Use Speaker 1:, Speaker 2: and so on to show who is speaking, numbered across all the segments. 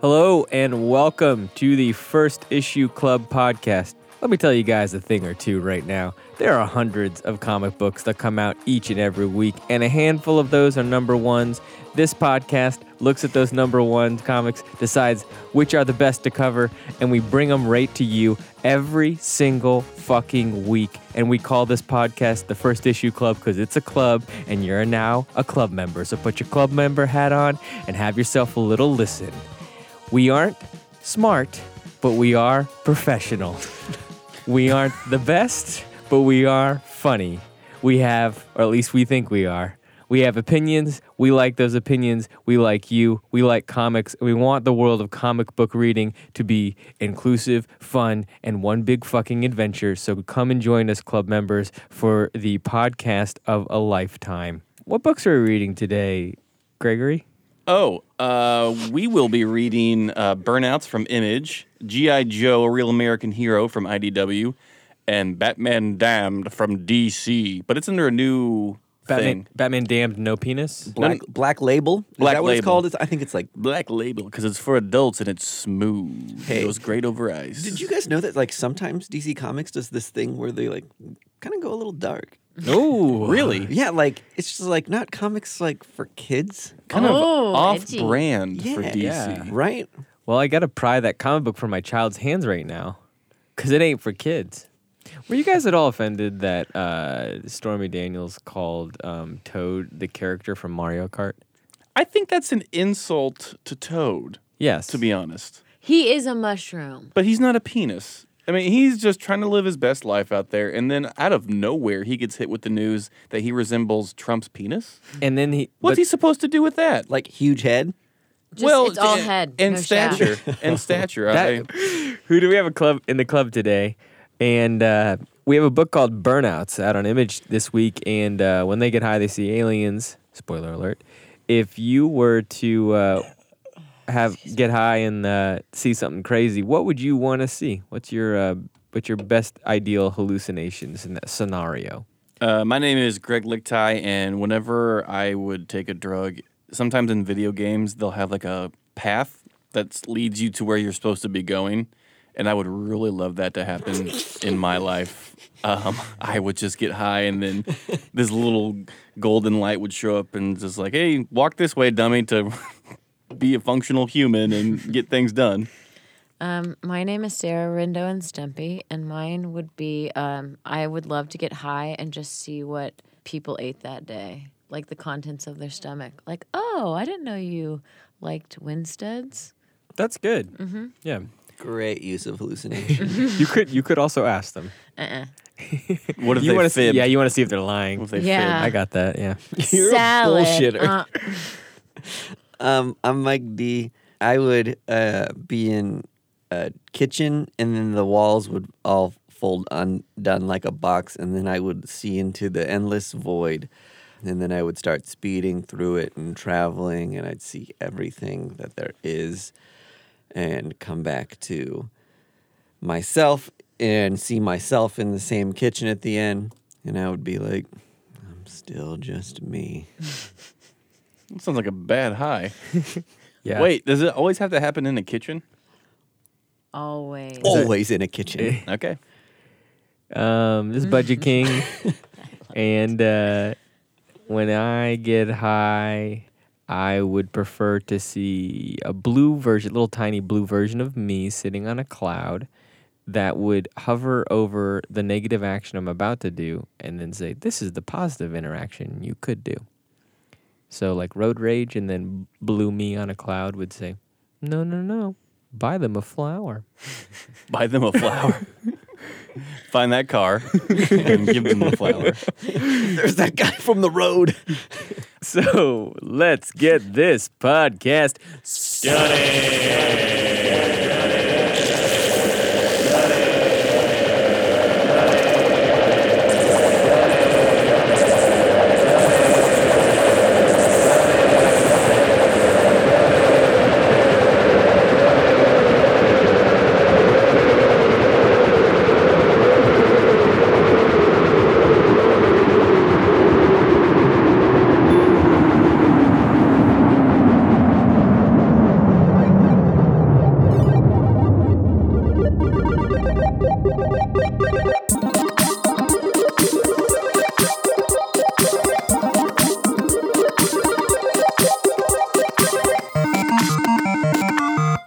Speaker 1: Hello and welcome to the First Issue Club podcast. Let me tell you guys a thing or two right now. There are hundreds of comic books that come out each and every week, and a handful of those are number ones. This podcast looks at those number one comics, decides which are the best to cover, and we bring them right to you every single fucking week. And we call this podcast the First Issue Club because it's a club and you're now a club member. So put your club member hat on and have yourself a little listen. We aren't smart, but we are professional. we aren't the best, but we are funny. We have, or at least we think we are. We have opinions. We like those opinions. We like you. We like comics. We want the world of comic book reading to be inclusive, fun, and one big fucking adventure. So come and join us, club members, for the podcast of a lifetime. What books are we reading today, Gregory?
Speaker 2: Oh, uh, we will be reading uh, Burnouts from Image, G.I. Joe, A Real American Hero from IDW, and Batman Damned from DC. But it's under a new
Speaker 1: Batman,
Speaker 2: thing.
Speaker 1: Batman damned no penis.
Speaker 2: No,
Speaker 3: Black Black Label. Is
Speaker 2: Black
Speaker 3: that what it's
Speaker 2: Label.
Speaker 3: called? It's, I think it's like.
Speaker 2: Black Label, because it's for adults and it's smooth.
Speaker 3: Hey.
Speaker 2: It goes great over ice.
Speaker 3: Did you guys know that like sometimes DC Comics does this thing where they like kind of go a little dark?
Speaker 1: Oh,
Speaker 2: Really?
Speaker 3: Yeah, like it's just like not comics like for kids,
Speaker 2: Kind of
Speaker 4: Oh,
Speaker 2: off
Speaker 4: edgy.
Speaker 2: brand for
Speaker 3: Yeah.
Speaker 2: DC.
Speaker 1: Yeah.
Speaker 3: right?
Speaker 1: Well, I gotta pry that comic book from my child's hands right now, cause it ain't for kids. Were you guys at all offended that uh, Stormy Daniels called um, Toad the character from Mario Kart?
Speaker 2: I think that's an insult to Toad,
Speaker 1: Yes.
Speaker 2: to be honest.
Speaker 4: He is a mushroom.
Speaker 2: But he's not a penis. I mean, he's just trying to live his best life out there. And then out of nowhere, he gets hit with the news that he resembles Trump's penis.
Speaker 1: and then he.
Speaker 2: What's
Speaker 1: but-
Speaker 2: he supposed to do with that?
Speaker 3: Like huge head.
Speaker 4: Just, it's all
Speaker 2: d-
Speaker 4: head
Speaker 2: and
Speaker 4: no shaft.
Speaker 2: stature and stature. I,
Speaker 1: That- who do we have a club in the club today? And uh, we have a book called Burnouts out on Image this week. And uh, when they get high, they see aliens. Spoiler alert! If you were to uh, have get high and uh, see something crazy, what would you want to see? What's your uh, what's your best ideal hallucinations in that scenario?
Speaker 2: uh, my name is Greg Lichtai, and whenever I would take a drug, sometimes in video games they'll have like a path that leads you to where you're supposed to be going, and I would really love that to happen in my life. Um, I would just get high, and then this little golden light would show up and just like, "Hey, walk this way, dummy," to be a functional human and get things done.
Speaker 4: Um, my name is Sarah Rindo and Stumpy, and mine would be um, I would love to get high and just see what people ate that day, like the contents of their stomach. Like, oh, I didn't know you liked Winsteads.
Speaker 1: That's good.
Speaker 4: Mm-hmm.
Speaker 1: Yeah,
Speaker 3: Great use of hallucination.
Speaker 1: you could you could also ask them.
Speaker 4: Uh-uh.
Speaker 2: What if
Speaker 1: You
Speaker 2: they
Speaker 1: want to see?
Speaker 2: fib?
Speaker 1: Yeah, you want to see if they're lying.
Speaker 2: What if they
Speaker 4: Yeah.
Speaker 2: fib?
Speaker 1: I got that. Yeah.
Speaker 3: You're a
Speaker 4: Salad.
Speaker 3: bullshitter.
Speaker 4: Uh,
Speaker 3: um, I'm Mike D. I would uh, be in a kitchen, and then the walls would all fold undone like a box, and then I would see into the endless void. And then I would start speeding through it and traveling, and I'd see everything that there is, and come back to myself and see myself in the same kitchen at the end. And I would be like, I'm still just me.
Speaker 2: Sounds like a bad high.
Speaker 1: Yeah.
Speaker 2: Wait, does it always have to happen in the kitchen?
Speaker 4: always.
Speaker 2: Oh,
Speaker 3: Always in a kitchen.
Speaker 2: Okay.
Speaker 1: Um, this is Budget King, and uh, when I get high, I would prefer to see a blue version, little tiny blue version of me sitting on a cloud that would hover over the negative action I'm about to do, and then say, "This is the positive interaction you could do." So, like road rage, and then blue me on a cloud would say, "No, no, no, buy them a flower."
Speaker 2: Buy them a flower. Find that car and give them the flower.
Speaker 3: There's that guy from the road.
Speaker 1: So let's get this podcast started.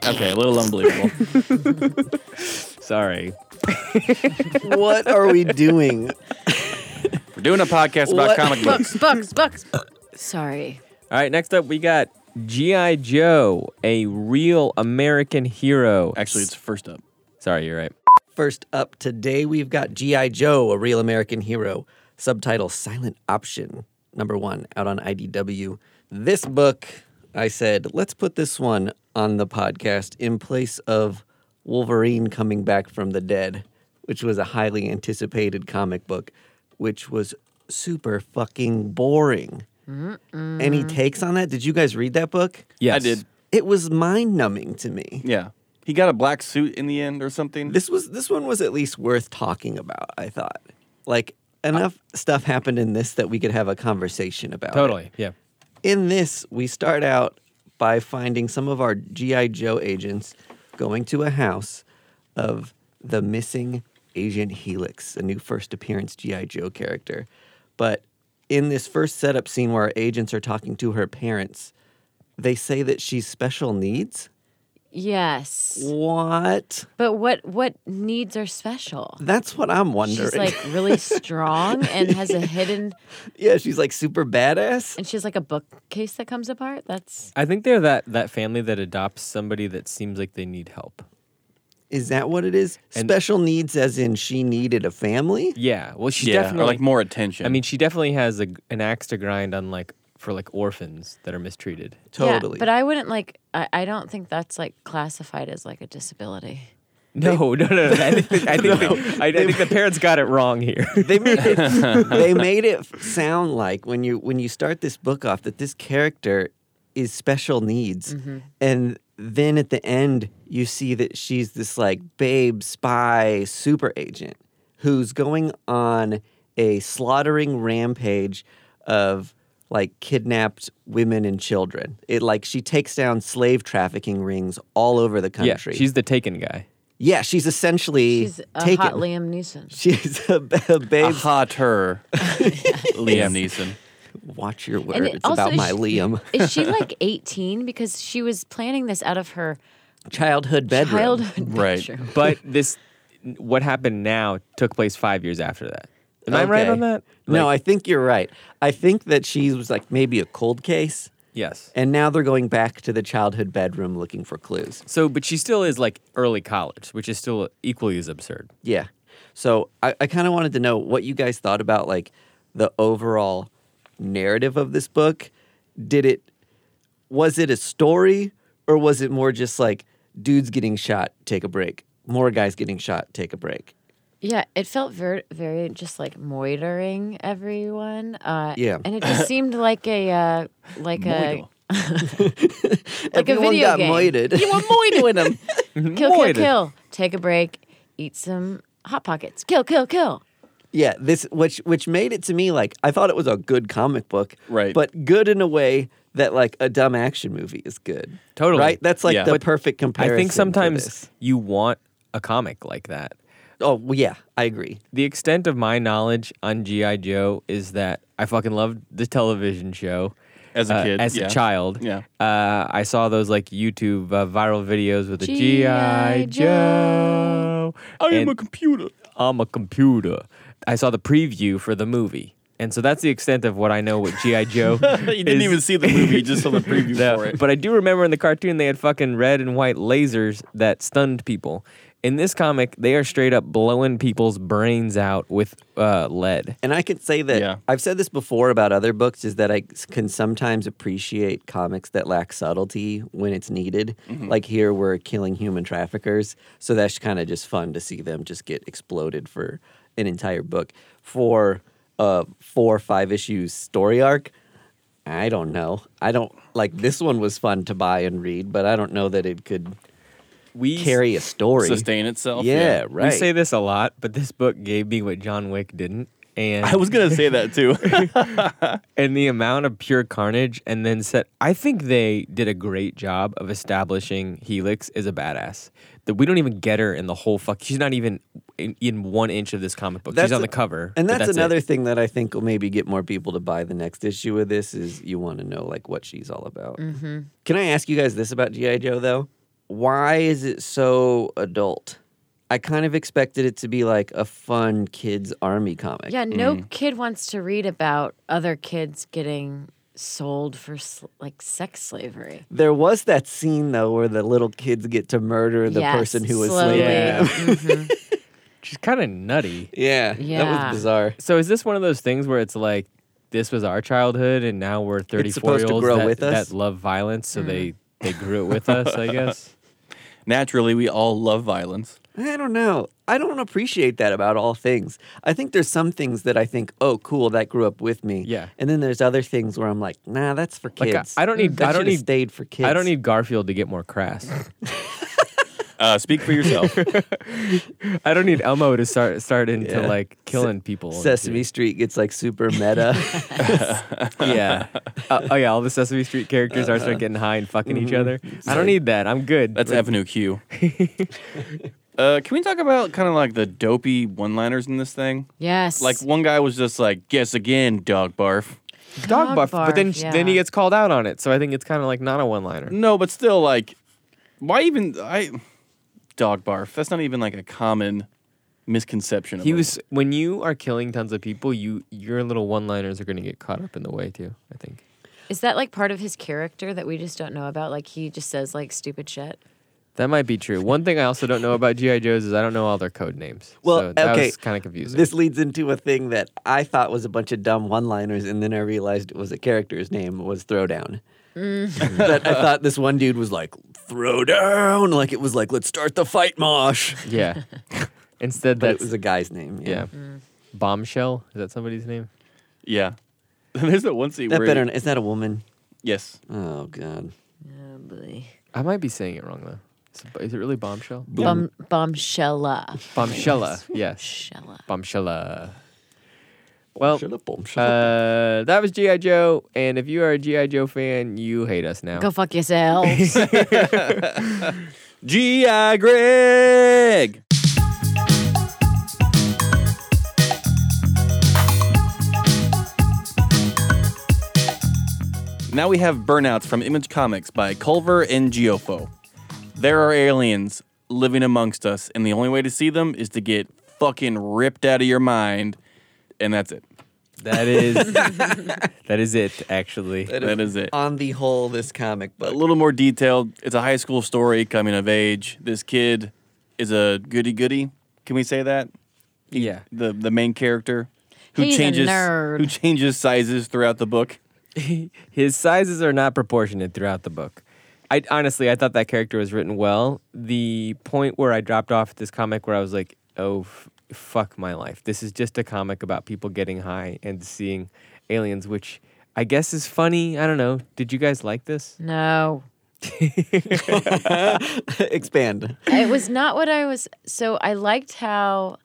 Speaker 2: Okay, a little unbelievable.
Speaker 1: Sorry.
Speaker 3: what are we doing?
Speaker 2: We're doing a podcast about
Speaker 3: What?
Speaker 2: comic books.
Speaker 4: Bucks, bucks, bucks. Sorry.
Speaker 1: All right, next up we got G.I. Joe, a real American hero.
Speaker 2: Actually, it's first up.
Speaker 1: Sorry, you're right.
Speaker 3: First up today, we've got G.I. Joe, a real American hero, subtitle Silent Option, number one, out on IDW. This book, I said, let's put this one on the podcast in place of Wolverine coming back from the dead, which was a highly anticipated comic book, which was super fucking boring. Any takes on that? Did you guys read that book?
Speaker 1: Yes.
Speaker 2: I did.
Speaker 3: It was mind numbing to me.
Speaker 2: Yeah. He got a black suit in the end or something.
Speaker 3: This was this one was at least worth talking about. I thought, like enough stuff happened in this that we could have a conversation about. it.
Speaker 1: Totally. Yeah.
Speaker 3: In this, we start out by finding some of our GI Joe agents going to a house of the missing Agent Helix, a new first appearance GI Joe character. But in this first setup scene where our agents are talking to her parents, they say that she's special needs.
Speaker 4: Yes.
Speaker 3: What?
Speaker 4: But what what needs are special?
Speaker 3: That's what I'm wondering.
Speaker 4: She's like really strong and has a hidden
Speaker 3: Yeah, she's like super badass.
Speaker 4: and she's like a bookcase that comes apart. That's
Speaker 1: I think they're that that family that adopts somebody that seems like they need help.
Speaker 3: Is that what it is?
Speaker 1: And-
Speaker 3: Special needs, as in she needed a family?
Speaker 1: Yeah. Well, she
Speaker 2: yeah,
Speaker 1: definitely
Speaker 2: or like more attention.
Speaker 1: I mean, she definitely has a, an axe to grind on like for like orphans that are mistreated.
Speaker 4: yeah,
Speaker 3: Totally.
Speaker 4: but I wouldn't like I, I don't think that's like classified as like a disability.
Speaker 3: Eh,
Speaker 1: No, no, no, no. I think, I, think I, I think the parents got it wrong here.
Speaker 3: they made it, they made it sound like when you when you start this book off that this character is special needs,
Speaker 4: Mm-hmm.
Speaker 3: and then at the end you see that she's this like babe spy super agent who's going on a slaughtering rampage of like kidnapped women and children. It like she takes down slave trafficking rings all over the
Speaker 1: yeah,
Speaker 3: country.
Speaker 1: she's the taken guy.
Speaker 3: yeah, she's essentially
Speaker 4: She's a
Speaker 3: taken.
Speaker 4: hot Liam Neeson.
Speaker 3: She's a, a
Speaker 2: a
Speaker 3: babe
Speaker 2: hotter Liam Neeson.
Speaker 3: Watch your words.
Speaker 4: And it-
Speaker 3: it's
Speaker 4: also,
Speaker 3: about
Speaker 4: is
Speaker 3: my
Speaker 4: she-
Speaker 3: Liam.
Speaker 4: Is she like 18? Because she was planning this out of her
Speaker 3: Childhood bedroom.
Speaker 4: childhood
Speaker 2: Right.
Speaker 4: bedroom.
Speaker 1: But this, what happened now took place five years after that. Am I right
Speaker 3: Okay.
Speaker 1: on that?
Speaker 3: no, I
Speaker 1: Like,
Speaker 3: think you're right. I think that she was like maybe a cold case,
Speaker 1: yes.
Speaker 3: and now they're going back to the childhood bedroom looking for clues.
Speaker 1: So, but she still is like early college, which is still equally as absurd.
Speaker 3: Yeah. So I, I kind of wanted to know what you guys thought about like the overall narrative of this book. Did it was it a story or was it more just like dudes getting shot, take a break, more guys getting shot, take a break?
Speaker 4: Yeah, it felt very, very just like moitering everyone. Uh,
Speaker 3: Yeah.
Speaker 4: and it just seemed like a uh, like a like
Speaker 3: Everyone
Speaker 4: a video
Speaker 3: got
Speaker 4: game.
Speaker 3: moited.
Speaker 4: You were moited them. kill, kill,
Speaker 1: Moited.
Speaker 4: kill. Take a break. Eat some hot pockets. Kill, kill, kill.
Speaker 3: Yeah, this which which made it to me like I thought it was a good comic book,
Speaker 2: Right.
Speaker 3: But good in a way that like a dumb action movie is good.
Speaker 1: Totally.
Speaker 3: right. That's like
Speaker 2: Yeah.
Speaker 3: the
Speaker 2: But
Speaker 3: perfect comparison.
Speaker 1: I think
Speaker 3: for
Speaker 1: sometimes
Speaker 3: this.
Speaker 1: you want a comic like that.
Speaker 3: Oh well, yeah, I agree.
Speaker 1: the extent of my knowledge on GI Joe is that I fucking loved the television show
Speaker 2: As a
Speaker 1: uh,
Speaker 2: kid,
Speaker 1: as
Speaker 2: yeah.
Speaker 1: a child.
Speaker 2: Yeah.
Speaker 1: uh, I saw those like YouTube uh, viral videos with the GI
Speaker 4: G.I.
Speaker 1: Joe.
Speaker 2: I am
Speaker 1: and
Speaker 2: a computer.
Speaker 1: I'm a computer. I saw the preview for the movie, and so that's the extent of what I know with GI Joe.
Speaker 2: You didn't
Speaker 1: is-
Speaker 2: even see the movie, you just saw the preview
Speaker 1: no,
Speaker 2: for it.
Speaker 1: But I do remember in the cartoon they had fucking red and white lasers that stunned people. In this comic, they are straight up blowing people's brains out with uh, lead.
Speaker 3: And I can say that
Speaker 2: Yeah.
Speaker 3: I've said this before about other books is that I s- can sometimes appreciate comics that lack subtlety when it's needed. Like here, we're killing human traffickers, so that's kind of just fun to see them just get exploded for an entire book for a four or five issues story arc. I don't know. I don't like this one was fun to buy and read, but I don't know that it could
Speaker 1: We
Speaker 3: carry a story.
Speaker 2: Sustain itself.
Speaker 3: yeah, right.
Speaker 1: We say this a lot, but this book gave me what John Wick didn't. And
Speaker 2: I was gonna say that too.
Speaker 1: and the amount of pure carnage and then set I think they did a great job of establishing Helix as a badass. That we don't even get her in the whole fuck she's not even in, in one inch of this comic book. she's
Speaker 3: That's
Speaker 1: on the
Speaker 3: a-
Speaker 1: cover.
Speaker 3: And
Speaker 1: but
Speaker 3: that's,
Speaker 1: it.
Speaker 3: another thing that I think will maybe get more people to buy the next issue
Speaker 4: Mm-hmm.
Speaker 3: of this is you want to know like what she's all about. Can I ask you guys this about GI Joe though? why is it so adult? I kind of expected it to be like a fun kids army comic.
Speaker 4: Yeah, no kid wants to read about other kids getting sold for sl- like sex slavery.
Speaker 3: There was that scene though where the little kids get to murder the
Speaker 4: Yes,
Speaker 3: person who was
Speaker 4: slowly.
Speaker 3: slaving
Speaker 1: Yeah.
Speaker 3: them.
Speaker 4: Mhm.
Speaker 1: She's kind of nutty.
Speaker 3: Yeah, that
Speaker 4: Yeah.
Speaker 3: was bizarre.
Speaker 1: So is this one of those things where it's like this was our childhood and now we're 34
Speaker 3: supposed
Speaker 1: year
Speaker 3: to
Speaker 1: olds
Speaker 3: grow
Speaker 1: that,
Speaker 3: with us?
Speaker 1: that love violence so they they grew it with us, I guess.
Speaker 2: Naturally, we all love violence.
Speaker 3: I don't know. I don't appreciate that about all things. I think there's some things that I think, oh, cool, that grew up with me.
Speaker 1: Yeah.
Speaker 3: And then there's other things where I'm like, nah, that's for
Speaker 1: Like, I-
Speaker 3: kids.
Speaker 1: I don't need-
Speaker 3: That
Speaker 1: I don't
Speaker 3: should've
Speaker 1: need-
Speaker 3: stayed for kids.
Speaker 1: I don't need Garfield to get more crass.
Speaker 2: Uh, speak for yourself.
Speaker 1: I don't need Elmo to start start into
Speaker 3: Yeah.
Speaker 1: like killing people. and
Speaker 3: Sesame Street gets like super meta.
Speaker 1: shit. Yeah. Uh, oh yeah, all the Sesame Street characters are start getting high and fucking each other. I don't need that. I'm good.
Speaker 2: That's Avenue Q. uh, can we talk about kind of like the dopey one-liners in this thing?
Speaker 4: yes.
Speaker 2: Like one guy was just like, "Guess again, dog barf."
Speaker 1: dog
Speaker 4: Dog
Speaker 1: buff, but
Speaker 4: barf,
Speaker 1: then then he
Speaker 4: yeah.
Speaker 1: gets called out on it. So I think it's kind of like not a one liner.
Speaker 2: No, but still, like, why even I dog barf? That's not even like a common misconception. Of
Speaker 1: He
Speaker 2: it.
Speaker 1: was when you are killing tons of people, you your little one liners are going to get caught up in the way too. I think.
Speaker 4: is that like part of his character that we just don't know about? Like he just says like stupid shit.
Speaker 1: That might be true. One thing I also don't know about GI Joes is I don't know all their code names.
Speaker 3: Well,
Speaker 1: so that
Speaker 3: okay,
Speaker 1: was kind of confusing.
Speaker 3: this leads into a thing that I thought was a bunch of dumb one-liners, and then I realized it was a character's name was Throwdown. but I thought this one dude was like Throwdown, like it was like let's start the fight, Mosh.
Speaker 1: yeah. Instead,
Speaker 3: But it
Speaker 1: that's
Speaker 3: was Mm. a guy's name.
Speaker 1: yeah. Bombshell is that somebody's name?
Speaker 2: yeah. There's that one scene
Speaker 3: That
Speaker 2: where
Speaker 3: better is that a woman?
Speaker 2: yes,
Speaker 3: Oh god.
Speaker 4: Oh boy.
Speaker 1: I might be saying it wrong though. Is it, is it really bombshell?
Speaker 4: Bum, bombshella.
Speaker 1: Bombshella. Yes.
Speaker 4: Shella.
Speaker 1: Bombshella. Well,
Speaker 3: Shut up, Bob, shut up.
Speaker 1: Oh, uh, that was GI Joe, and if you are a GI Joe fan, you hate us now.
Speaker 4: Go fuck yourselves.
Speaker 2: GI Greg. Now we have Burnouts from Image Comics by Culver and Geofo. There are aliens living amongst us, and the only way to see them is to get fucking ripped out of your mind, and that's it.
Speaker 1: That is that is it actually.
Speaker 2: That is it.
Speaker 3: On the whole, this comic
Speaker 2: a
Speaker 3: book.
Speaker 2: little more detailed. It's a high school story coming of age. This kid is a goody goody. Can we say that?
Speaker 1: Yeah.
Speaker 2: The the main character who
Speaker 4: He's a
Speaker 2: changes
Speaker 4: nerd.
Speaker 2: who changes sizes throughout the book.
Speaker 1: His sizes are not proportionate throughout the book. I honestly I thought that character was written well. The point where I dropped off at this comic where I was like, "Oh f- fuck my life. This is just a comic about people getting high and seeing aliens," which I guess is funny. I don't know. Did you guys like this?
Speaker 4: no.
Speaker 3: Expand.
Speaker 4: it was not what I was. So I liked how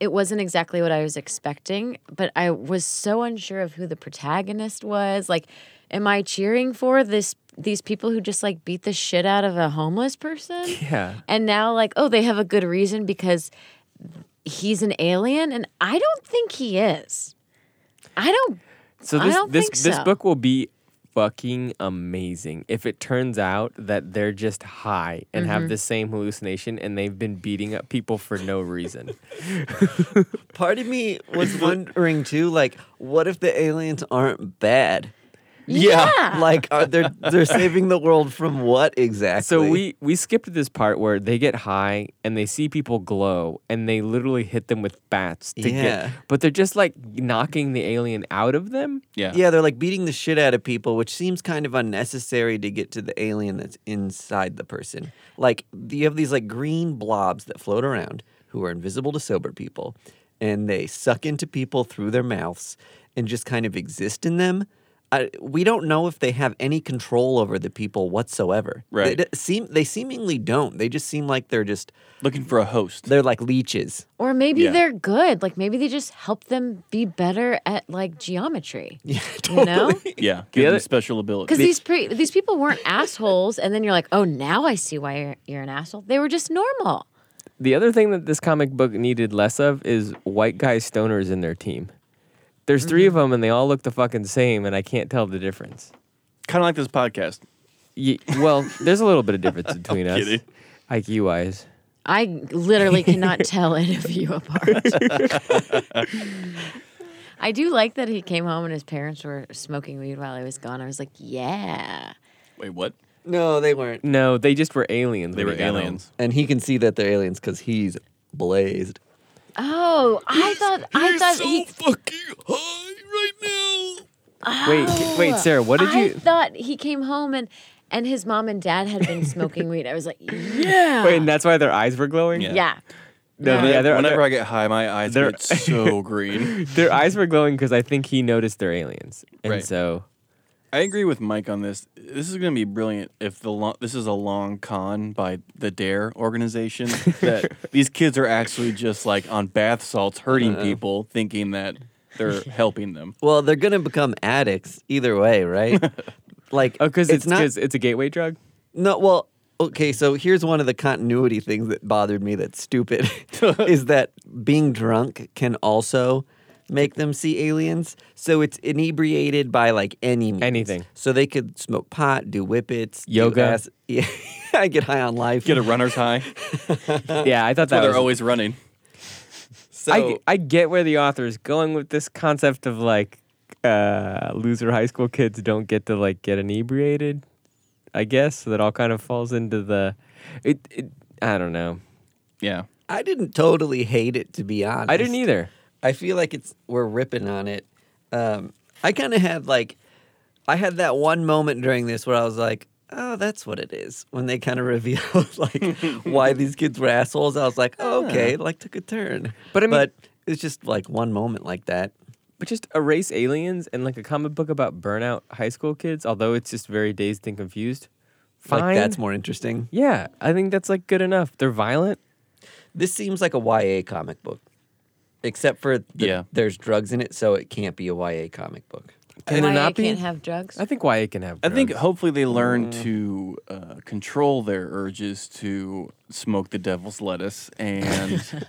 Speaker 4: it wasn't exactly what I was expecting, but I was so unsure of who the protagonist was. Like, am I cheering for this? These people who just like beat the shit out of a homeless person?
Speaker 1: Yeah.
Speaker 4: And now, like, oh, they have a good reason because he's an alien, and I don't think he is. I don't.
Speaker 1: So
Speaker 4: I
Speaker 1: this
Speaker 4: don't
Speaker 1: this
Speaker 4: think
Speaker 1: this
Speaker 4: so.
Speaker 1: book will be fucking amazing if it turns out that they're just high and
Speaker 4: Mm-hmm.
Speaker 1: have the same hallucination and they've been beating up people for no reason.
Speaker 3: Part of me was wondering too, like, what if the aliens aren't bad?
Speaker 2: Yeah.
Speaker 3: Like, are they they're saving the world from what exactly?
Speaker 1: so we we skipped this part where they get high and they see people glow and they literally hit them with bats to
Speaker 3: Yeah.
Speaker 1: get but they're just like knocking the alien out of them.
Speaker 2: Yeah.
Speaker 3: Yeah, they're like beating the shit out of people, which seems kind of unnecessary to get to the alien that's inside the person. Like you have these like green blobs that float around who are invisible to sober people, and they suck into people through their mouths and just kind of exist in them. I, we don't know if they have any control over the people whatsoever.
Speaker 2: Right.
Speaker 3: They, d- seem they seemingly don't. They just seem like they're just
Speaker 2: Looking for a host.
Speaker 3: they're like leeches.
Speaker 4: Or maybe
Speaker 2: Yeah.
Speaker 4: they're good. Like maybe they just help them be better at like geometry.
Speaker 3: Yeah,
Speaker 4: You know?
Speaker 2: Yeah. Give
Speaker 1: other-
Speaker 2: them special ability.
Speaker 4: Because these pre- these people weren't assholes, and then you're like, oh, now I see why you're, you're an asshole. They were just normal.
Speaker 1: The other thing that this comic book needed less of is white guy stoners in their team. There's
Speaker 3: Mm-hmm.
Speaker 1: 3 of them and they all look the fucking same and I can't tell the difference.
Speaker 2: kind of like this podcast.
Speaker 1: Ye- well, there's a little bit of difference between us,
Speaker 2: kidding.
Speaker 1: IQ wise.
Speaker 4: I literally cannot tell any of you apart. I do like that he came home and his parents were smoking weed while I was gone. I was like, yeah.
Speaker 2: Wait, what?
Speaker 3: No, they weren't.
Speaker 1: No, they just were aliens.
Speaker 2: They
Speaker 1: when
Speaker 2: were
Speaker 1: he got home.
Speaker 2: aliens.
Speaker 3: And he can see that they're aliens because he's blazed.
Speaker 4: Oh, I thought I thought he,
Speaker 2: fucking high right now.
Speaker 1: Wait, wait, Sarah, what did
Speaker 4: I
Speaker 1: you?
Speaker 4: thought he came home and and his mom and dad had been smoking weed. I was like, yeah.
Speaker 1: Wait, and that's why their eyes were glowing.
Speaker 2: Yeah.
Speaker 4: yeah.
Speaker 1: No,
Speaker 4: Yeah.
Speaker 1: yeah, their,
Speaker 2: Whenever
Speaker 1: their,
Speaker 2: I get high, my eyes
Speaker 1: they're-
Speaker 2: get so green.
Speaker 1: their eyes were glowing because I think he noticed they're aliens, and
Speaker 2: Right.
Speaker 1: so
Speaker 2: I agree with Mike on this. This is going to be brilliant if the lo- this is a long con by the Dare organization that these kids are actually just like on bath salts hurting people, thinking that they're helping them.
Speaker 3: Well, they're gonna become addicts either way, right? like,
Speaker 1: oh, because it's
Speaker 3: not.
Speaker 1: 'cause it's a gateway drug.
Speaker 3: No, well, okay, so here's one of the continuity things that bothered me that's stupid is that being drunk can also make them see aliens. So it's inebriated by like any means.
Speaker 1: Anything.
Speaker 3: So they could smoke pot, do whippets, do
Speaker 1: Yoga.
Speaker 3: ass- yeah, I get high on life.
Speaker 2: Get a runner's high.
Speaker 1: Yeah, I thought
Speaker 2: So
Speaker 1: that
Speaker 2: they're
Speaker 1: was
Speaker 2: always running. So
Speaker 1: I, I get where the author is going with this concept of like uh, loser high school kids don't get to like get inebriated, I guess. So that all kind of falls into the, it, it I don't know.
Speaker 2: yeah,
Speaker 3: I didn't totally hate it to be honest.
Speaker 1: I didn't either.
Speaker 3: I feel like it's we're ripping on it. Um, I kind of had like, I had that one moment during this where I was like, oh, that's what it is. When they kind of revealed like why these kids were assholes, I was like, oh, okay, like took a turn.
Speaker 1: But I mean-
Speaker 3: but it's just like one moment like that.
Speaker 1: But just erase aliens and like a comic book about burnout high school kids, although it's just very dazed and confused. Fine.
Speaker 3: Like that's more interesting.
Speaker 1: Yeah, I think that's like good enough. They're violent.
Speaker 3: This seems like a YA comic book, except for the,
Speaker 2: Yeah.
Speaker 3: there's drugs in it, so it can't be a YA comic book.
Speaker 1: Can
Speaker 4: Why
Speaker 1: it
Speaker 4: I
Speaker 1: not be?
Speaker 4: can't have drugs.
Speaker 1: I think YA can have.
Speaker 2: I think
Speaker 1: drugs.
Speaker 2: hopefully they learn to uh, control their urges to smoke the devil's lettuce and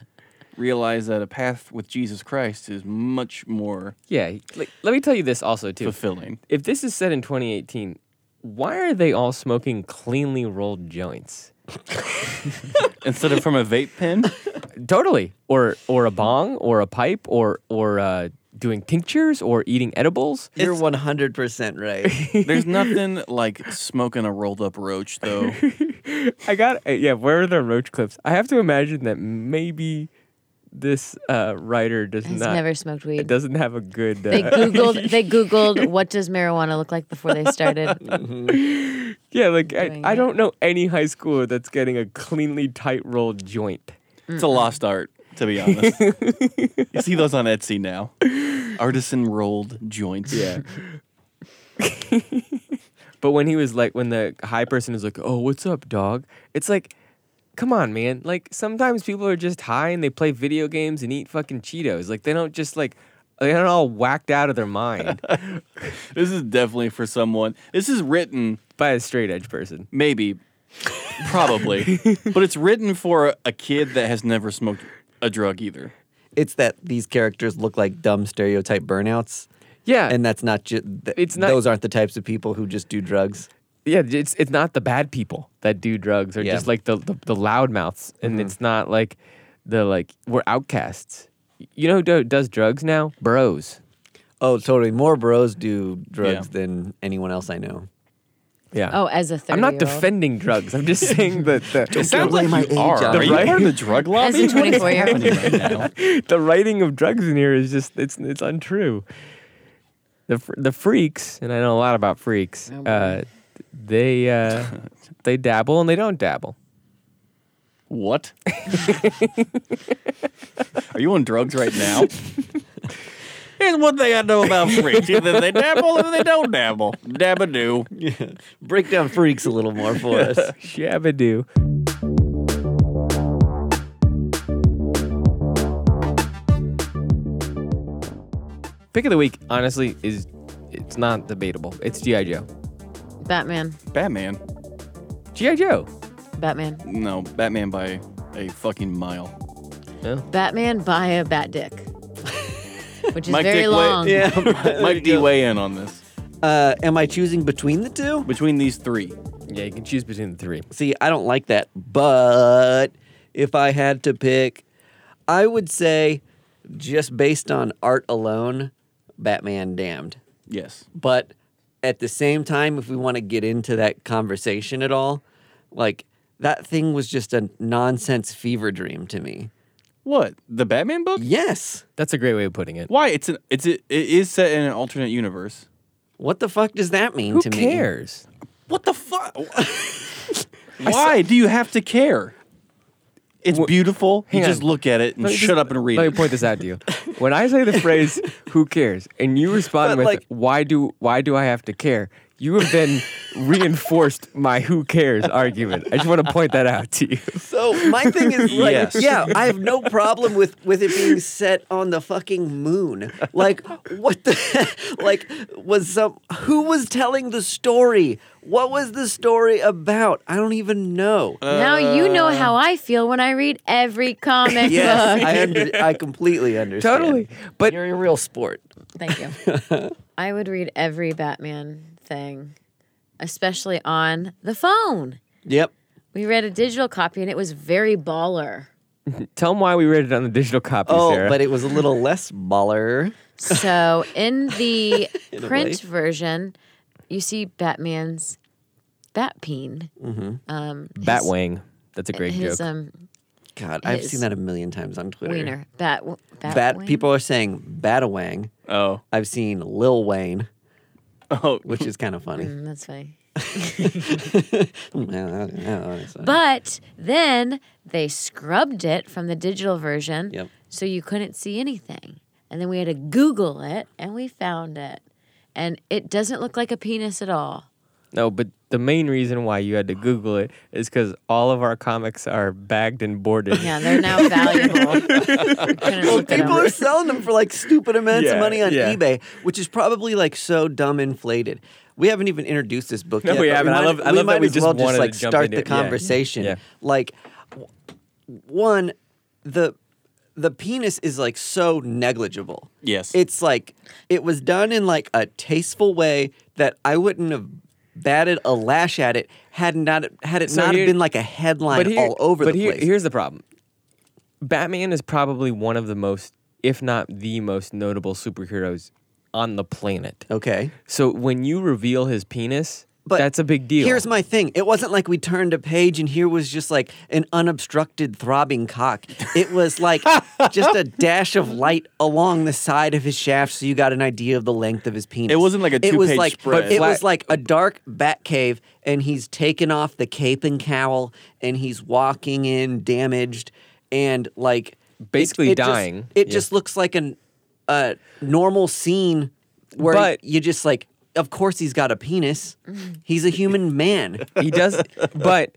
Speaker 2: realize that a path with Jesus Christ is much more
Speaker 1: Yeah. Like, let me tell you this also too.
Speaker 2: fulfilling.
Speaker 1: if this is set in 2018, why are they all smoking cleanly rolled joints?
Speaker 2: Instead of from a vape pen,
Speaker 1: Totally, or or a bong, or a pipe, or or uh, doing tinctures, or eating edibles.
Speaker 3: You're 100% right.
Speaker 2: there's nothing like smoking a rolled up roach though.
Speaker 1: I got uh, yeah. Where are the roach clips? I have to imagine that maybe this uh, writer does
Speaker 4: Has
Speaker 1: not
Speaker 4: never smoked weed.
Speaker 1: doesn't have a good.
Speaker 4: They
Speaker 1: Uh,
Speaker 4: googled. They googled what does marijuana look like before they started.
Speaker 1: yeah, like I,
Speaker 4: doing
Speaker 1: I
Speaker 4: it.
Speaker 1: don't know any high schooler that's getting a cleanly tight rolled joint.
Speaker 2: It's a lost art, to be honest. you see those on Etsy now. Artisan rolled joints.
Speaker 1: Yeah. but when he was like, when the high person is like, "Oh, what's up, dog?" It's like, come on, man. Like sometimes people are just high and they play video games and eat fucking Cheetos. Like they don't just like. They're not all whacked out of their mind
Speaker 2: This is definitely for someone. This is written
Speaker 1: by a straight edge person.
Speaker 2: Maybe. Probably. but it's written for a kid that has never smoked a drug either.
Speaker 3: it's that these characters look like dumb stereotype burnouts.
Speaker 1: Yeah,
Speaker 3: and that's not just th-
Speaker 1: It's not-
Speaker 3: those aren't the types of people who just do drugs
Speaker 1: yeah. It's it's not the bad people that do drugs or
Speaker 3: Yeah. Mm-hmm.
Speaker 1: just like the the, the loudmouths, and it's not like the like we're outcasts. You know who do, does drugs now? Bros.
Speaker 3: oh totally more bros do drugs
Speaker 2: Yeah.
Speaker 3: than anyone else i know
Speaker 1: Yeah.
Speaker 4: Oh, as a 30
Speaker 1: I'm not defending drugs. I'm just saying that the,
Speaker 2: sounds like
Speaker 3: my age out.
Speaker 2: Are you
Speaker 1: Right?
Speaker 2: part of the drug
Speaker 4: As
Speaker 2: lobby?
Speaker 4: a 24 year old.
Speaker 1: the writing of drugs in here is just it's it's untrue. The fr- the freaks, and I know a lot about freaks.
Speaker 4: Oh, boy.
Speaker 1: uh, they uh, they dabble and they don't dabble.
Speaker 2: What? Are you on drugs right now? Here's one thing I know about freaks. Either they dabble or they don't dabble. Dabadoo.
Speaker 3: break down freaks a little more for us
Speaker 1: Shabadoo. Pick of the week, honestly, is it's not debatable. It's GI Joe.
Speaker 4: Batman.
Speaker 2: Batman.
Speaker 1: GI Joe.
Speaker 4: Batman.
Speaker 2: No, Batman by a fucking mile.
Speaker 4: Batman by a bat dick, which is
Speaker 2: Mike
Speaker 4: very
Speaker 2: Dick Wa-
Speaker 4: long.
Speaker 3: yeah
Speaker 2: Mike D. weigh in on this.
Speaker 3: uh, am i choosing between the two
Speaker 2: Between these three,
Speaker 1: Yeah, you can choose between the three.
Speaker 3: See, I don't like that. But if I had to pick, I would say just based on art alone, Batman Damned.
Speaker 2: Yes.
Speaker 3: But at the same time, if we want to get into that conversation at all, like that thing was just a nonsense fever dream to me.
Speaker 2: What? The Batman book?
Speaker 3: Yes.
Speaker 1: That's a great way of putting it.
Speaker 2: Why? It's an it's a, it is set in an alternate universe.
Speaker 3: What the fuck does that mean
Speaker 1: Who
Speaker 3: to me?
Speaker 1: cares?
Speaker 2: What the fuck? Why do you have to care? It's beautiful. You
Speaker 1: hang
Speaker 2: just
Speaker 1: on.
Speaker 2: look at it and
Speaker 1: Let me
Speaker 2: shut
Speaker 1: just-
Speaker 2: up and read
Speaker 1: Let
Speaker 2: it.
Speaker 1: me point this out to you. When I say the phrase "Who cares?" and you respond
Speaker 3: But,
Speaker 1: with
Speaker 3: like-
Speaker 1: "Why do Why do I have to care?" You have then reinforced my "Who cares?" argument. I just want to point that out to you.
Speaker 3: So my thing is like,
Speaker 2: Yes.
Speaker 3: yeah, I have no problem with with it being set on the fucking moon. Like, what the, like, was some who was telling the story? What was the story about? I don't even know.
Speaker 4: now you know how I feel when I read every comic
Speaker 3: yes,
Speaker 4: book.
Speaker 3: I under, I completely understand.
Speaker 1: Totally, but
Speaker 3: you're a real sport.
Speaker 4: Thank you. I would read every Batman thing, especially on the phone.
Speaker 3: Yep.
Speaker 4: We read a digital copy and it was very baller.
Speaker 1: tell them why we read it on the digital copy,
Speaker 3: Oh,
Speaker 1: Sarah.
Speaker 3: but it was a little less baller.
Speaker 4: So in the
Speaker 3: a
Speaker 4: print version, you see Batman's Batpeen.
Speaker 3: Mm-hmm.
Speaker 4: Um, his-
Speaker 1: Batwing. That's a great
Speaker 4: his,
Speaker 1: joke.
Speaker 4: um,
Speaker 3: God, I've
Speaker 4: His
Speaker 3: seen that a million times on Twitter.
Speaker 4: wiener. Bat, bat,
Speaker 3: Bat.
Speaker 4: wing?
Speaker 3: People are saying Batawang.
Speaker 2: oh,
Speaker 3: I've seen Lil Wayne,
Speaker 2: oh,
Speaker 3: which is kind of funny.
Speaker 4: Mm, that's funny.
Speaker 3: Mm. but
Speaker 4: But then they scrubbed it from the digital version,
Speaker 3: Yep.
Speaker 4: so you couldn't see anything. And then we had to Google it, and we found it. And it doesn't look like a penis at all.
Speaker 1: No, but the main reason why you had to Google it is because all of our comics are bagged and boarded.
Speaker 4: Yeah, they're now valuable. We couldn't look at
Speaker 3: people
Speaker 4: them.
Speaker 3: are selling them for like stupid amounts of
Speaker 1: Yeah,
Speaker 3: money on
Speaker 1: yeah.
Speaker 3: eBay, which is probably like so dumb inflated. We haven't even introduced this book
Speaker 1: No,
Speaker 3: yet.
Speaker 1: we
Speaker 3: but
Speaker 1: haven't. I
Speaker 3: might-
Speaker 1: love- I love that
Speaker 3: might
Speaker 1: we
Speaker 3: as
Speaker 1: just
Speaker 3: well just
Speaker 1: wanted to
Speaker 3: like
Speaker 1: jump
Speaker 3: start
Speaker 1: into
Speaker 3: the
Speaker 1: it. Yeah, yeah.
Speaker 3: conversation.
Speaker 1: Yeah.
Speaker 3: Like w- one, the the penis is like so negligible.
Speaker 2: yes.
Speaker 3: It's like it was done in like a tasteful way that I wouldn't have batted a lash at it had not had it
Speaker 1: So
Speaker 3: not
Speaker 1: here-
Speaker 3: have been like a headline all over
Speaker 1: but
Speaker 3: the
Speaker 1: here-
Speaker 3: place.
Speaker 1: here's the problem. Batman is probably one of the most, if not the most notable superheroes on the planet.
Speaker 3: okay.
Speaker 1: So when you reveal his penis,
Speaker 3: But
Speaker 1: that's a big deal.
Speaker 3: Here's my thing. It wasn't like we turned a page and here was just like an unobstructed throbbing cock. It was like just a dash of light along the side of his shaft so you got an idea of the length of his penis.
Speaker 2: It wasn't like a
Speaker 3: It was
Speaker 2: two-page
Speaker 3: like
Speaker 2: spread.
Speaker 3: it was
Speaker 1: Flat-
Speaker 3: like a dark bat cave and he's taken off the cape and cowl and he's walking in damaged and like it-
Speaker 1: Basically
Speaker 3: it just-
Speaker 1: dying.
Speaker 3: it
Speaker 1: Yeah.
Speaker 3: just looks like an a normal scene where
Speaker 1: But-
Speaker 3: you just like of course he's got a penis he's a human man
Speaker 1: he does, but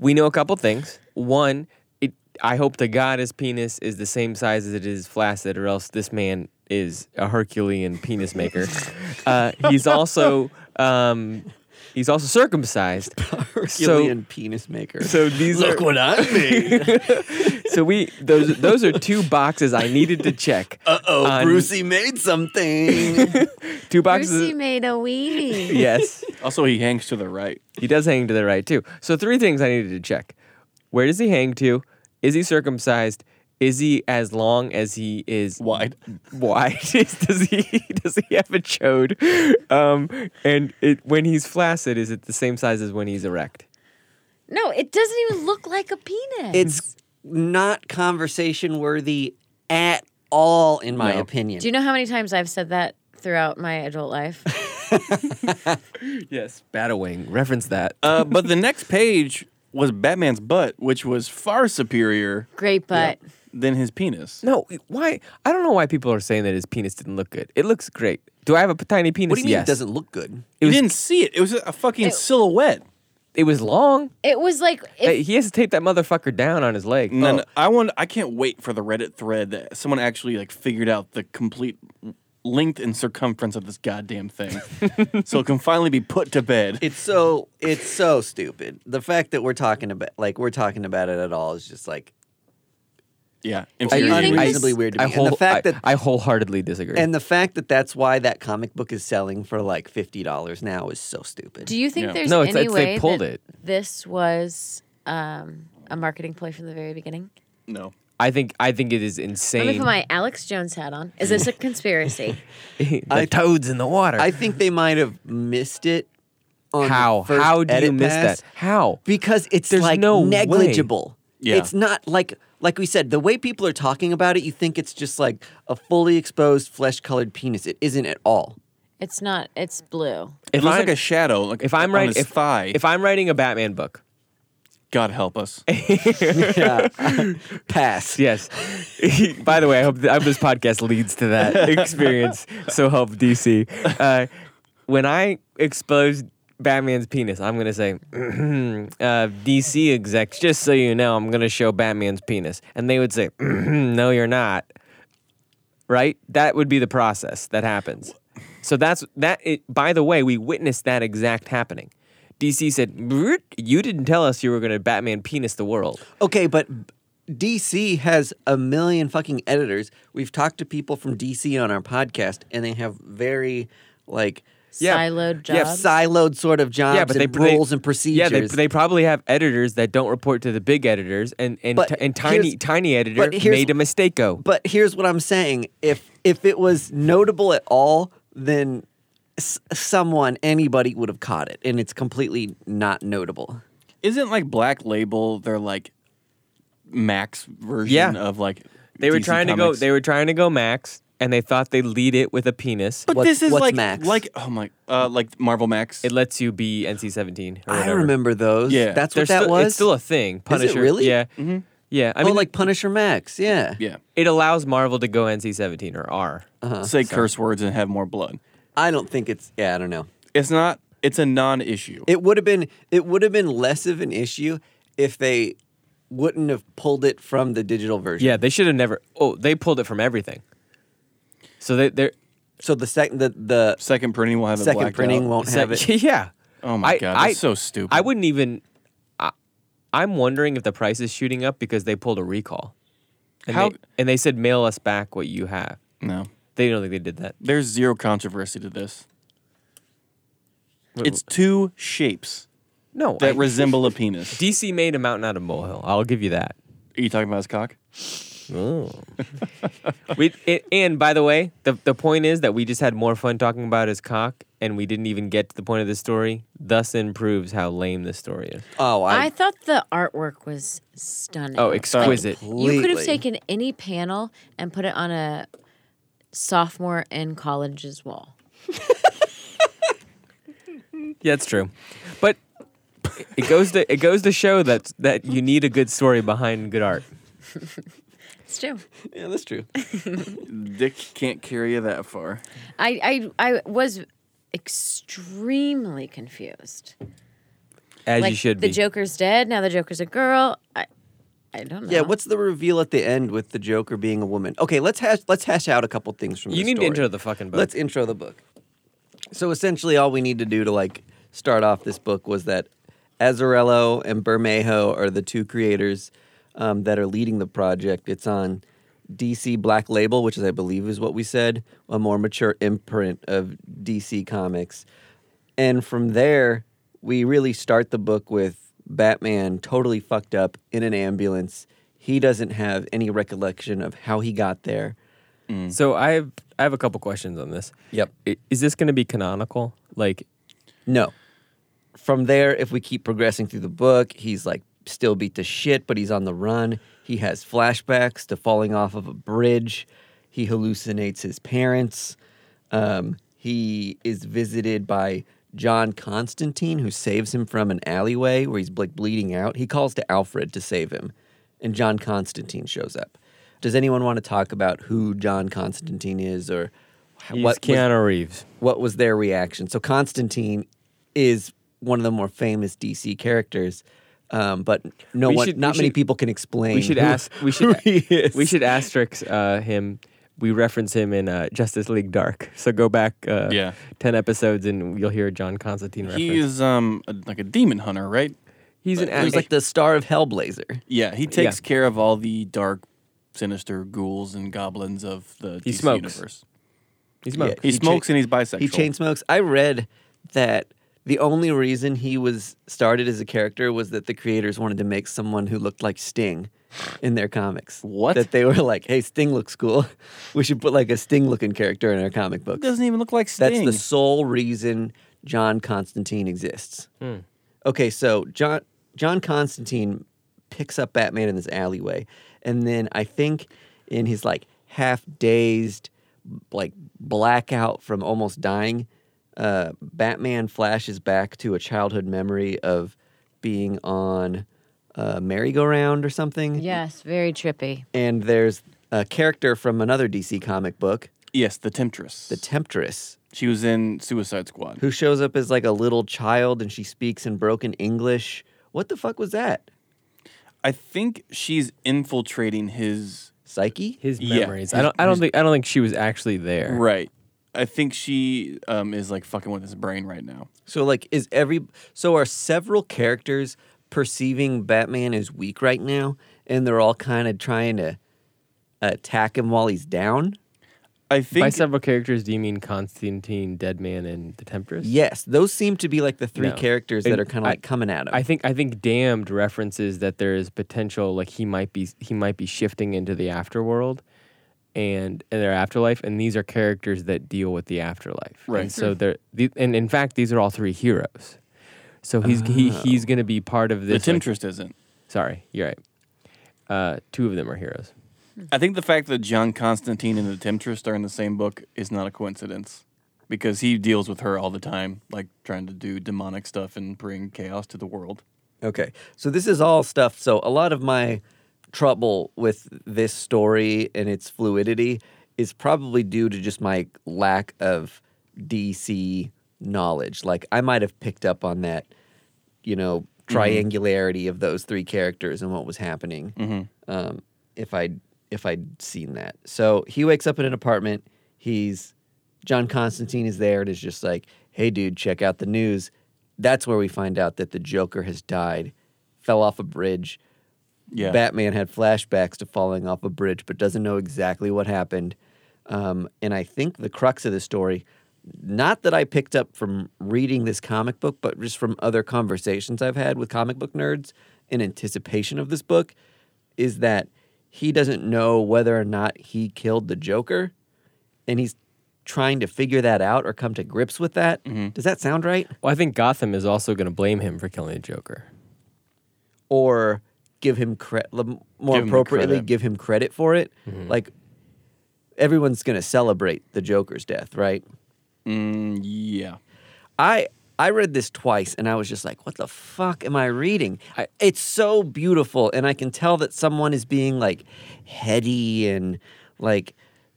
Speaker 1: we know a couple things. One, it, I hope to God his penis is the same size as it is flaccid, or else this man is a Herculean penis maker. uh, he's also um, he's also circumcised.
Speaker 3: Gillian penis maker
Speaker 1: So, so these are
Speaker 3: what i mean
Speaker 1: so we those those are two boxes I needed to check.
Speaker 3: oh
Speaker 1: on-
Speaker 3: brucey made something
Speaker 1: Two boxes.
Speaker 4: Brucey made a weenie.
Speaker 1: yes,
Speaker 2: also, he hangs to the right.
Speaker 1: he does hang to the right too. So three things I needed to check: where does he hang to? Is he circumcised? Is he as long as he is
Speaker 2: Wide.
Speaker 1: Wide? does he does he have a chode? Um, and it, when he's flaccid, is it the same size as when he's erect?
Speaker 4: No, it doesn't even look like a penis.
Speaker 3: it's not conversation worthy at all in my
Speaker 2: No.
Speaker 3: opinion
Speaker 4: Do you know how many times I've said that throughout my adult life?
Speaker 1: Yes, Battlewing. Reference that.
Speaker 2: Uh, but the next page was Batman's butt, which was far superior
Speaker 4: Great butt.
Speaker 2: than his penis.
Speaker 1: No, why? I don't know why people are saying that his penis didn't look good. It looks great. Do I have a p- tiny penis?
Speaker 3: what do you mean
Speaker 1: yes.
Speaker 3: it doesn't look good
Speaker 2: you didn't see it. It was a fucking
Speaker 4: It-
Speaker 2: silhouette.
Speaker 1: It was long.
Speaker 4: It was like
Speaker 1: Hey,
Speaker 4: if,
Speaker 1: he has to tape that motherfucker down on his leg.
Speaker 2: And then I want. I can't wait for the Reddit thread that someone actually like figured out the complete length and circumference of this goddamn thing, so it can finally be put to bed.
Speaker 3: it's so it's so stupid the fact that we're talking about like we're talking about it at all is just like
Speaker 2: Yeah,
Speaker 4: Do you think this-
Speaker 3: unreasonably weird to me.
Speaker 1: Oh, I,
Speaker 3: and the
Speaker 1: whole-
Speaker 3: fact
Speaker 1: I-
Speaker 3: that
Speaker 1: I wholeheartedly disagree.
Speaker 3: and the fact that that's why that comic book is selling for like fifty dollars now is so stupid.
Speaker 4: Do you think
Speaker 2: Yeah.
Speaker 4: there's
Speaker 1: No, it's-
Speaker 4: any
Speaker 1: it's-
Speaker 4: way
Speaker 1: they pulled
Speaker 4: that
Speaker 1: it.
Speaker 4: this was um, a marketing ploy from the very beginning?
Speaker 2: no.
Speaker 1: I think I think it is
Speaker 4: Let me
Speaker 1: insane.
Speaker 4: put my Alex Jones hat on. Is this a conspiracy?
Speaker 1: the
Speaker 3: I-
Speaker 1: toads in the water.
Speaker 3: I think they might have missed it. On the
Speaker 1: how?
Speaker 3: first
Speaker 1: How do you
Speaker 3: edit
Speaker 1: miss
Speaker 3: pass.
Speaker 1: that? How?
Speaker 3: because it's
Speaker 1: There's
Speaker 3: like
Speaker 1: no way.
Speaker 3: negligible.
Speaker 2: Yeah.
Speaker 3: It's not like like we said the way people are talking about it. You think it's just like a fully exposed flesh colored penis. It isn't at all.
Speaker 4: it's not. It's blue.
Speaker 2: It
Speaker 1: If
Speaker 2: looks
Speaker 1: I'm-
Speaker 2: like a shadow. Like
Speaker 1: If I'm
Speaker 2: on
Speaker 1: writing
Speaker 2: his
Speaker 1: if
Speaker 2: thigh,
Speaker 1: if Eh. I'm writing a Batman book,
Speaker 2: God help us.
Speaker 3: Yeah. Pass.
Speaker 1: yes. By the way, I hope, th- I hope this podcast leads to that experience. So help DC. Uh, when I expose Batman's penis, I'm gonna say, uh, DC execs. Just so you know, I'm gonna show Batman's penis, and they would say, No, you're not. Right? That would be the process that happens. So that's that. It, by the way, we witnessed that exact happening. DC said, "Brrrt, "You didn't tell us you were going to Batman penis the world."
Speaker 3: Okay, but DC has a million fucking editors. We've talked to people from DC on our podcast, and they have very like
Speaker 1: Yeah.
Speaker 4: Siloed jobs.
Speaker 1: Yeah,
Speaker 3: siloed sort of jobs and rules and procedures.
Speaker 1: Yeah, they, they probably have editors that don't report to the big editors, and and,
Speaker 3: But
Speaker 1: t- and tiny
Speaker 3: here's-
Speaker 1: tiny editor
Speaker 3: but here's-
Speaker 1: made a mistake-o.
Speaker 3: But here's what I'm saying: if if it was notable at all, then s- someone, anybody, would have caught it, and it's completely not notable.
Speaker 2: Isn't like Black Label their like max version
Speaker 1: Yeah.
Speaker 2: of like
Speaker 1: They were
Speaker 2: DC
Speaker 1: trying to go.
Speaker 2: Comics?
Speaker 1: They were trying to go max, and they thought they'd lead it with a penis.
Speaker 2: But
Speaker 3: What-
Speaker 2: this is
Speaker 3: what's
Speaker 2: like
Speaker 3: Max?
Speaker 2: like oh my uh like Marvel Max.
Speaker 1: it lets you be NC-17. Or
Speaker 3: I
Speaker 1: whatever.
Speaker 3: remember those.
Speaker 2: Yeah.
Speaker 3: that's what
Speaker 1: There's
Speaker 3: that
Speaker 1: still-
Speaker 3: was.
Speaker 1: It's still a thing. Punisher.
Speaker 3: really?
Speaker 1: Yeah. Yeah. I
Speaker 3: oh,
Speaker 1: mean,
Speaker 3: like Punisher Max. Yeah.
Speaker 2: yeah.
Speaker 1: it allows Marvel to go NC-17 or R.
Speaker 3: Uh,
Speaker 2: Say curse words and have more blood.
Speaker 3: I don't think it's. Yeah, I don't know.
Speaker 2: It's not it's a non-issue.
Speaker 3: It would have been. It would have been less of an issue if they wouldn't have pulled it from the digital version.
Speaker 1: Yeah, they should have never. Oh, they pulled it from everything. So they they're
Speaker 3: So the second the the
Speaker 2: Second printing will have it
Speaker 3: second
Speaker 2: blacked
Speaker 3: printing
Speaker 2: out.
Speaker 3: won't have it.
Speaker 1: yeah.
Speaker 2: Oh my
Speaker 1: I-
Speaker 2: god,
Speaker 1: I-
Speaker 2: that's so stupid.
Speaker 1: I wouldn't even. I, I'm wondering if the price is shooting up because they pulled a recall. And
Speaker 2: How-
Speaker 1: They, and they said mail us back what you have.
Speaker 2: no.
Speaker 1: They don't think they did that.
Speaker 2: There's zero controversy to this. It's two shapes
Speaker 1: No.
Speaker 2: that
Speaker 1: I-
Speaker 2: resemble a penis.
Speaker 1: DC made a mountain out of molehill. I'll give you that.
Speaker 2: Are you talking about his cock?
Speaker 1: we a- and by the way, the the point is that we just had more fun talking about his cock, and we didn't even get to the point of the story. Thus, improves how lame this story is.
Speaker 3: Oh, I,
Speaker 4: I thought the artwork was stunning.
Speaker 1: Oh, exquisite!
Speaker 4: You could have
Speaker 3: completely.
Speaker 4: taken any panel and put it on a sophomore in college's wall.
Speaker 1: yeah, it's true, but it goes to it goes to show that that you need a good story behind good art.
Speaker 4: It's true.
Speaker 3: Yeah, that's true.
Speaker 2: Dick can't carry you that far.
Speaker 4: I I, I was extremely confused.
Speaker 1: As
Speaker 4: like
Speaker 1: you should
Speaker 4: the
Speaker 1: be.
Speaker 4: Joker's dead. Now the Joker's a girl. I I don't know.
Speaker 3: Yeah, what's the reveal at the end with the Joker being a woman? Okay, let's hash let's hash out a couple things from
Speaker 1: you
Speaker 3: this
Speaker 1: need to
Speaker 3: story.
Speaker 1: enter the fucking book.
Speaker 3: Let's intro the book. So essentially, all we need to do to like start off this book was that Azarello and Bermejo are the two creators um, that are leading the project. It's on DC Black Label, which is, I believe, is what we said, a more mature imprint of DC Comics. And from there, we really start the book with Batman totally fucked up in an ambulance. He doesn't have any recollection of how he got there.
Speaker 1: so I have I have a couple questions on this.
Speaker 3: Yep.
Speaker 1: I- Is this going to be canonical? Like,
Speaker 3: No. From there, if we keep progressing through the book, he's like still beat to shit, but he's on the run. He has flashbacks to falling off of a bridge. He hallucinates his parents. Um, he is visited by John Constantine, who saves him from an alleyway where he's like bleeding out. He calls to Alfred to save him, and John Constantine shows up. Does anyone want to talk about who John Constantine is or h-
Speaker 1: he's
Speaker 3: what was-
Speaker 1: Keanu Reeves?
Speaker 3: what was their reaction? So Constantine is one of the more famous DC characters, um, but no
Speaker 1: We
Speaker 3: one,
Speaker 1: should-
Speaker 3: not
Speaker 1: we
Speaker 3: many
Speaker 1: should-
Speaker 3: people can explain.
Speaker 1: We should
Speaker 3: who-
Speaker 1: ask. We should.
Speaker 3: who he is.
Speaker 1: We should asterisk uh, him. We reference him in uh, Justice League Dark. So go back uh,
Speaker 2: Yeah.
Speaker 1: ten episodes, and you'll hear a John Constantine reference.
Speaker 2: He is um a, like a demon hunter, right?
Speaker 1: He's an
Speaker 3: He's
Speaker 1: act-
Speaker 3: like the star of Hellblazer.
Speaker 2: Yeah, he takes care of all the dark sinister ghouls and goblins of the
Speaker 1: He
Speaker 2: DC
Speaker 1: smokes.
Speaker 2: universe.
Speaker 1: He smokes.
Speaker 2: He,
Speaker 3: He cha-
Speaker 2: smokes and he's bisexual.
Speaker 3: He chain smokes. I read that the only reason he was started as a character was that the creators wanted to make someone who looked like Sting in their comics.
Speaker 2: What?
Speaker 3: That they were like, "Hey, Sting looks cool. We should put like a Sting-looking character in our comic books."
Speaker 2: doesn't even look like
Speaker 3: That's
Speaker 2: Sting.
Speaker 3: the sole reason John Constantine exists. Okay, so John John Constantine picks up Batman in this alleyway, and then I think in his like half dazed, like blackout from almost dying, uh, Batman flashes back to a childhood memory of being on a merry-go-round or something.
Speaker 4: Yes, very trippy.
Speaker 3: and there's a character from another DC comic book,
Speaker 2: yes, the Temptress.
Speaker 3: the Temptress,
Speaker 2: she was in Suicide Squad.
Speaker 3: who shows up as like a little child and she speaks in broken English. What the fuck was that?
Speaker 2: I think she's infiltrating his
Speaker 3: Psyche?
Speaker 1: His
Speaker 2: Yeah.
Speaker 1: memories. I don't. I don't think. I don't think she was actually there.
Speaker 2: right. I think she um, is like fucking with his brain right now.
Speaker 3: So like is every so are several characters perceiving Batman as weak right now and they're all kind of trying to attack him while he's down?
Speaker 2: I
Speaker 1: By
Speaker 2: think
Speaker 1: several characters, do you mean Constantine, Deadman, and the Temptress?
Speaker 3: Yes, those seem to be like the three
Speaker 1: No.
Speaker 3: characters
Speaker 1: And
Speaker 3: that are kind
Speaker 1: I-
Speaker 3: of like coming at him.
Speaker 1: I think I think damned references that there is potential like he might be he might be shifting into the afterworld and, and their afterlife and these are characters that deal with the afterlife.
Speaker 2: Right.
Speaker 1: And so they're the, and in fact these are all three heroes. So he's he, he's going to be part of
Speaker 2: the
Speaker 1: this like-
Speaker 2: Temptress isn't.
Speaker 1: sorry, you're right. Uh, two of them are heroes.
Speaker 2: I think the fact that John Constantine and the Temptress are in the same book is not a coincidence because he deals with her all the time, like trying to do demonic stuff and bring chaos to the world.
Speaker 3: Okay. So this is all stuff. So a lot of my trouble with this story and its fluidity is probably due to just my lack of DC knowledge. Like I might have picked up on that, you know, triangularity of those three characters and what was happening. Um, if I if I'd seen that. So he wakes up in an apartment. He's John Constantine is there and is just like, hey, dude, check out the news. That's where we find out that the Joker has died, fell off a bridge.
Speaker 2: Yeah.
Speaker 3: Batman had flashbacks to falling off a bridge, but doesn't know exactly what happened. Um, and I think the crux of the story, not that I picked up from reading this comic book, but just from other conversations I've had with comic book nerds in anticipation of this book, is that he doesn't know whether or not he killed the Joker and he's trying to figure that out or come to grips with that. Does that sound right?
Speaker 1: Well, I think Gotham is also going to blame him for killing the Joker.
Speaker 3: Or give him cre- l- more
Speaker 2: Give him the
Speaker 3: appropriately,
Speaker 2: credit. Mm-hmm.
Speaker 3: give him credit for it. Like everyone's going to celebrate the Joker's death, right?
Speaker 2: Mm, yeah.
Speaker 3: I I read this twice and I was just like, what the fuck am I reading? it's so beautiful and I can tell that someone is being like heady and like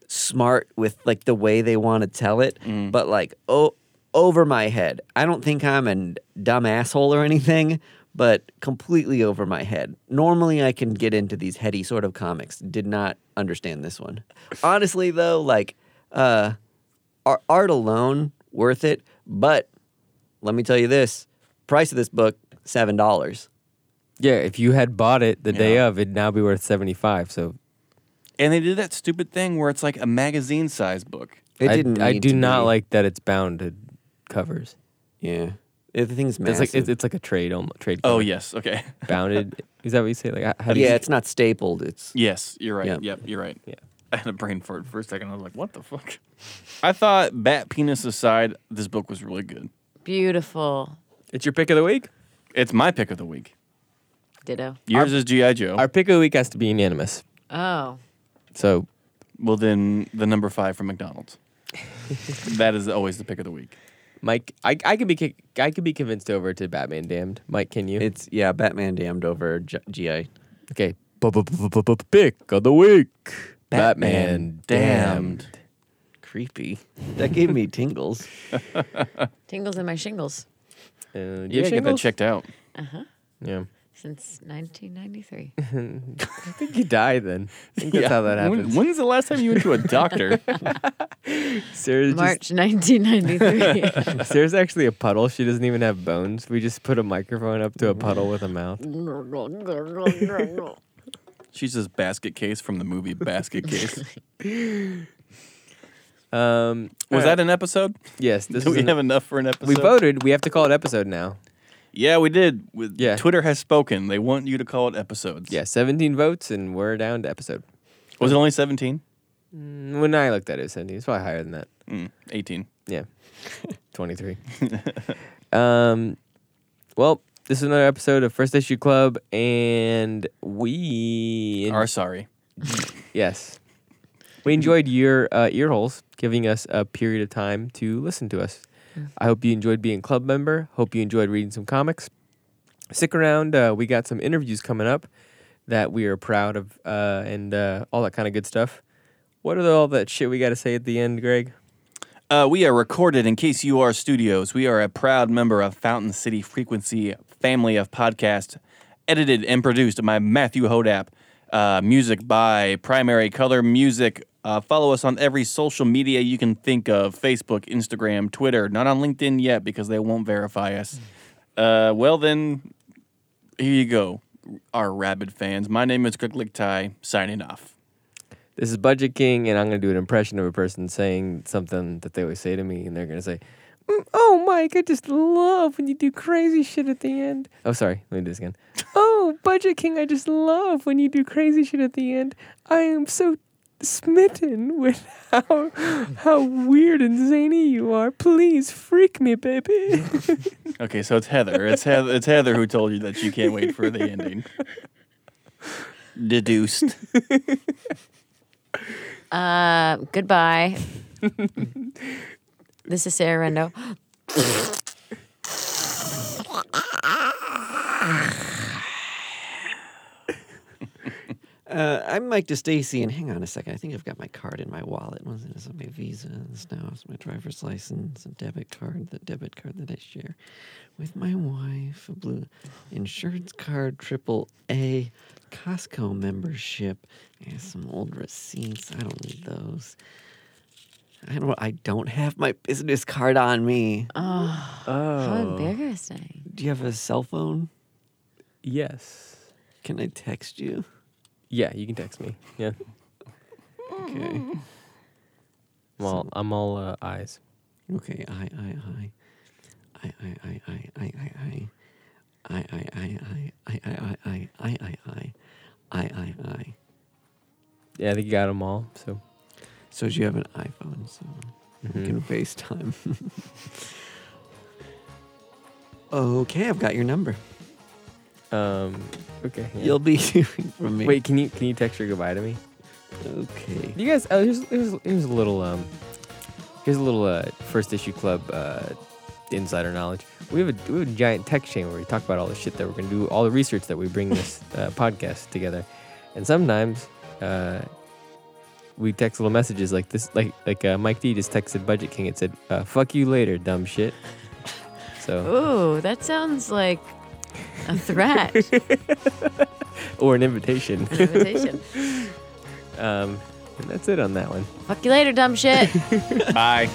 Speaker 3: smart with like the way they want to tell it, but like oh over my head. I don't think I'm a dumb asshole or anything, but completely over my head. Normally I can get into these heady sort of comics. Did not understand this one. Honestly though, like uh ar- art alone worth it but let me tell you this price of this book seven dollars
Speaker 1: Yeah, if you had bought it the day
Speaker 2: Yeah.
Speaker 1: of, it'd now be worth 75. So
Speaker 2: And they did that stupid thing where it's like a magazine size book.
Speaker 3: it
Speaker 1: I,
Speaker 3: didn't
Speaker 1: I
Speaker 3: need
Speaker 1: do
Speaker 3: to
Speaker 1: not
Speaker 3: be.
Speaker 1: like that it's bound to covers.
Speaker 3: yeah the thing's
Speaker 1: It's
Speaker 3: massive.
Speaker 1: like it's, it's like a trade almost trade.
Speaker 2: Oh,
Speaker 1: comic.
Speaker 2: yes. Okay.
Speaker 1: bounded. Is that what you say? Like how do you,
Speaker 3: yeah it's not stapled it's
Speaker 2: Yes, you're right.
Speaker 3: Yeah.
Speaker 2: Yep, you're right.
Speaker 1: Yeah.
Speaker 2: I had a brain fart for a second. I was like, what the fuck? I thought, bat penis aside, this book was really good.
Speaker 4: Beautiful.
Speaker 1: It's your pick of the week.
Speaker 2: It's my pick of the week.
Speaker 4: Ditto.
Speaker 2: Yours is G.I. Joe.
Speaker 1: Our pick of the week has to be unanimous.
Speaker 4: Oh.
Speaker 1: So
Speaker 2: well, then the number five from McDonald's. that is always the pick of the week.
Speaker 1: Mike, I, I could be ki- I could be convinced over to Batman Damned. Mike, can you?
Speaker 3: it's yeah batman damned over J- gi
Speaker 1: okay. Pick of the week.
Speaker 2: Batman Damned.
Speaker 3: creepy that gave me tingles
Speaker 4: Tingles in my shingles
Speaker 1: Uh, do you
Speaker 2: You yeah, get that
Speaker 1: shingles?
Speaker 2: checked out.
Speaker 1: Yeah.
Speaker 4: since 1993.
Speaker 1: I think you die then. I think that's how that
Speaker 2: When-
Speaker 1: happens.
Speaker 2: when's the last time you went to a doctor?
Speaker 1: Sarah just,
Speaker 4: March 1993.
Speaker 1: Sarah's actually a puddle. She doesn't even have bones. We just put a microphone up to a puddle with a mouth.
Speaker 2: She's this basket case from the movie Basket Case.
Speaker 1: Um,
Speaker 2: Was that an episode?
Speaker 1: yes? This
Speaker 2: Do
Speaker 1: is
Speaker 2: we
Speaker 1: an-
Speaker 2: have enough for an episode?
Speaker 1: we voted. We have to call it episode now.
Speaker 2: Yeah, we did. With
Speaker 1: Yeah.
Speaker 2: Twitter has spoken. They want you to call it episodes.
Speaker 1: Yeah, 17 votes, and we're down to episode.
Speaker 2: Was it only 17?
Speaker 1: Mm, When I looked at it, it was 17. It's probably higher than that.
Speaker 2: Mm, 18.
Speaker 1: Yeah, 23. um, well, this is another episode of First Issue Club, and we
Speaker 2: Are sorry.
Speaker 1: yes, we enjoyed your uh, ear holes giving us a period of time to listen to us. I hope you enjoyed being a club member. Hope you enjoyed reading some comics. Stick around. Uh, we got some interviews coming up that we are proud of, uh, and uh, all that kind of good stuff. What are all that shit we got to say at the end, Greg?
Speaker 2: Uh, we are recorded in KCUR Studios. We are a proud member of Fountain City Frequency family of podcasts, edited and produced by Matthew Hodap. Uh, music by Primary Color Music. Uh, follow us on every social media you can think of Facebook, Instagram, Twitter. Not on LinkedIn yet because they won't verify us. Uh, well, then, here you go, our rabid fans. My name is Greg Lichtai, signing off.
Speaker 1: This is Budget King, and I'm going to do an impression of a person saying something that they always say to me, and they're going to say, "Mm, Oh, Mike, I just love when you do crazy shit at the end. Oh, sorry. Let me do this again. oh, Budget King, I just love when you do crazy shit at the end. I am so smitten with how, how weird and zany you are. Please freak me, baby.
Speaker 2: Okay, so it's Heather. It's Heather. It's Heather who told you that she can't wait for the ending. Deduced.
Speaker 4: Uh, goodbye. this is Sarah Rendo.
Speaker 3: Uh, I'm Mike DeStacy, and hang on a second. I think I've got my card in my wallet. Was it? It's on my Visa. It's now it's my driver's license, a debit card, the debit card that I share with my wife, a blue insurance card, triple A, Costco membership, and some old receipts. I don't need those. I don't. I don't have my business card on me.
Speaker 4: Oh, how embarrassing.
Speaker 3: Do you have a cell phone?
Speaker 1: yes.
Speaker 3: Can I text you?
Speaker 1: Yeah, you can text me. Yeah.
Speaker 3: Okay.
Speaker 1: I'm all, I'm all uh, eyes.
Speaker 3: Okay, I, I, I, I, I, I, I, I, I, I, I, I, I, I, I, I, I, I, I, I, I, I.
Speaker 1: Yeah, I think you got them all. So.
Speaker 3: So you have an iPhone, so we can FaceTime. Okay, I've got your number.
Speaker 1: Um, okay. yeah.
Speaker 3: You'll be hearing from me.
Speaker 1: Wait, can you can you text your goodbye to me?
Speaker 3: Okay.
Speaker 1: You guys, uh, here's, here's here's a little um, here's a little uh, first issue club uh, insider knowledge. We have a we have a giant text chain where we talk about all the shit that we're gonna do, all the research that we bring this uh, podcast together, and sometimes uh, we text little messages like this, like like uh, Mike D just texted Budget King. It said, uh, "Fuck you later, dumb shit." So
Speaker 4: Ooh, that sounds like a threat.
Speaker 1: or an invitation.
Speaker 4: An invitation.
Speaker 1: um, and that's it on that one.
Speaker 4: Fuck you later, dumb shit.
Speaker 2: Bye.